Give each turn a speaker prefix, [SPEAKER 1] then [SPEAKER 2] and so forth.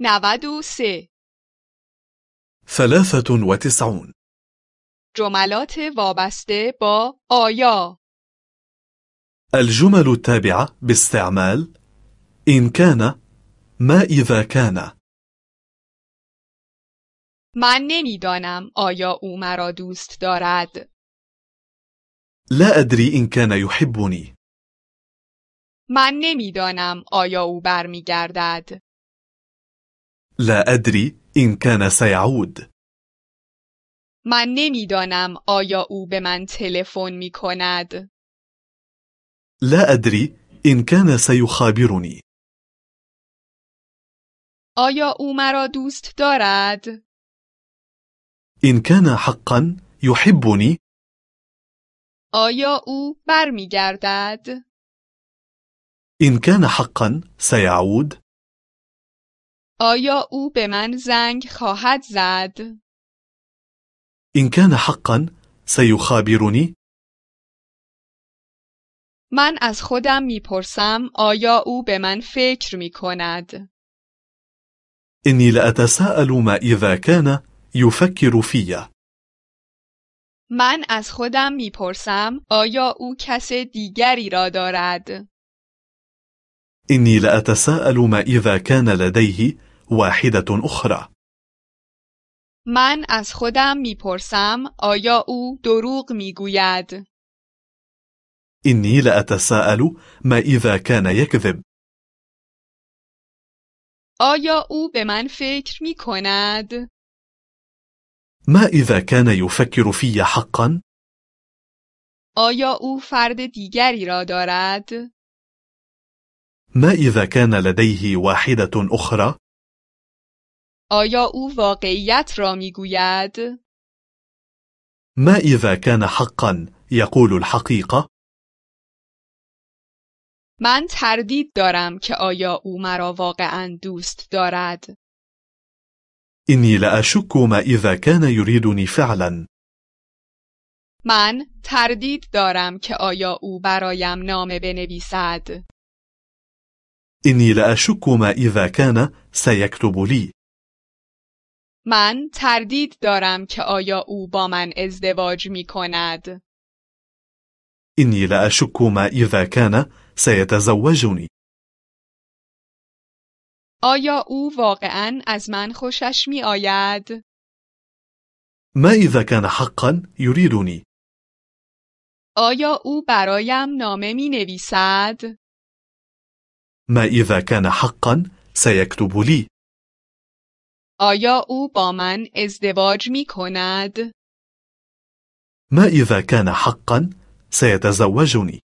[SPEAKER 1] نود و سه
[SPEAKER 2] ثلاثة وتسعون
[SPEAKER 1] جملات وابسته با آیا
[SPEAKER 2] الجمل التابعة باستعمال إن كان ما إذا كان
[SPEAKER 1] من نمیدانم آیا او مرا دوست دارد
[SPEAKER 2] لا أدري إن كان يحبني
[SPEAKER 1] من نمیدانم آیا او برمیگردد
[SPEAKER 2] لا أدري إن كان سيعود
[SPEAKER 1] من نمیدانم آیا او به من تلفن می کند
[SPEAKER 2] لا أدري إن كان سيخابرني
[SPEAKER 1] آیا او مرا دوست دارد
[SPEAKER 2] إن كان حقا يحبني
[SPEAKER 1] آیا او برمیگردد
[SPEAKER 2] إن كان حقا سيعود
[SPEAKER 1] آیا او به من زنگ خواهد زد
[SPEAKER 2] إن كان حقا سيخابرني
[SPEAKER 1] من از خودم میپرسم آیا او به من فکر می کند
[SPEAKER 2] إني لأتساءل ما إذا كان يفكر في
[SPEAKER 1] من از خودم میپرسم آیا او کس دیگری را دارد
[SPEAKER 2] إني لأتساءل ما إذا كان لديه واحدة أخرى
[SPEAKER 1] من از خودم میپرسم آیا او دروغ میگوید
[SPEAKER 2] إني لأتساءل ما إذا كان يكذب
[SPEAKER 1] آیا او به من فکر می کند
[SPEAKER 2] ما إذا كان يفكر في حقا
[SPEAKER 1] آیا او فرد دیگری را دارد
[SPEAKER 2] ما إذا كان لديه واحدة أخرى
[SPEAKER 1] آیا او واقعیت را میگوید
[SPEAKER 2] ما إذا كان حقا يقول الحقيقة
[SPEAKER 1] من تردید دارم که آیا او مرا واقعا دوست دارد
[SPEAKER 2] إني لأشك ما إذا كان يريدني فعلا
[SPEAKER 1] من تردید دارم که آیا او برایم نامه بنویسد
[SPEAKER 2] إني لأشك ما إذا كان سيكتب لي
[SPEAKER 1] من تردید دارم که آیا او با من ازدواج می کند
[SPEAKER 2] إني لأشك ما إذا كان سيتزوجني
[SPEAKER 1] آیا او واقعا از من خوشش می آید؟
[SPEAKER 2] ما إذا كان حقا يريدني
[SPEAKER 1] آیا او برایم نامه می نویسد؟
[SPEAKER 2] ما إذا كان حقا سيكتب لي
[SPEAKER 1] آیا او با من ازدواج می کند؟
[SPEAKER 2] ما إذا كان حقا سيتزوجني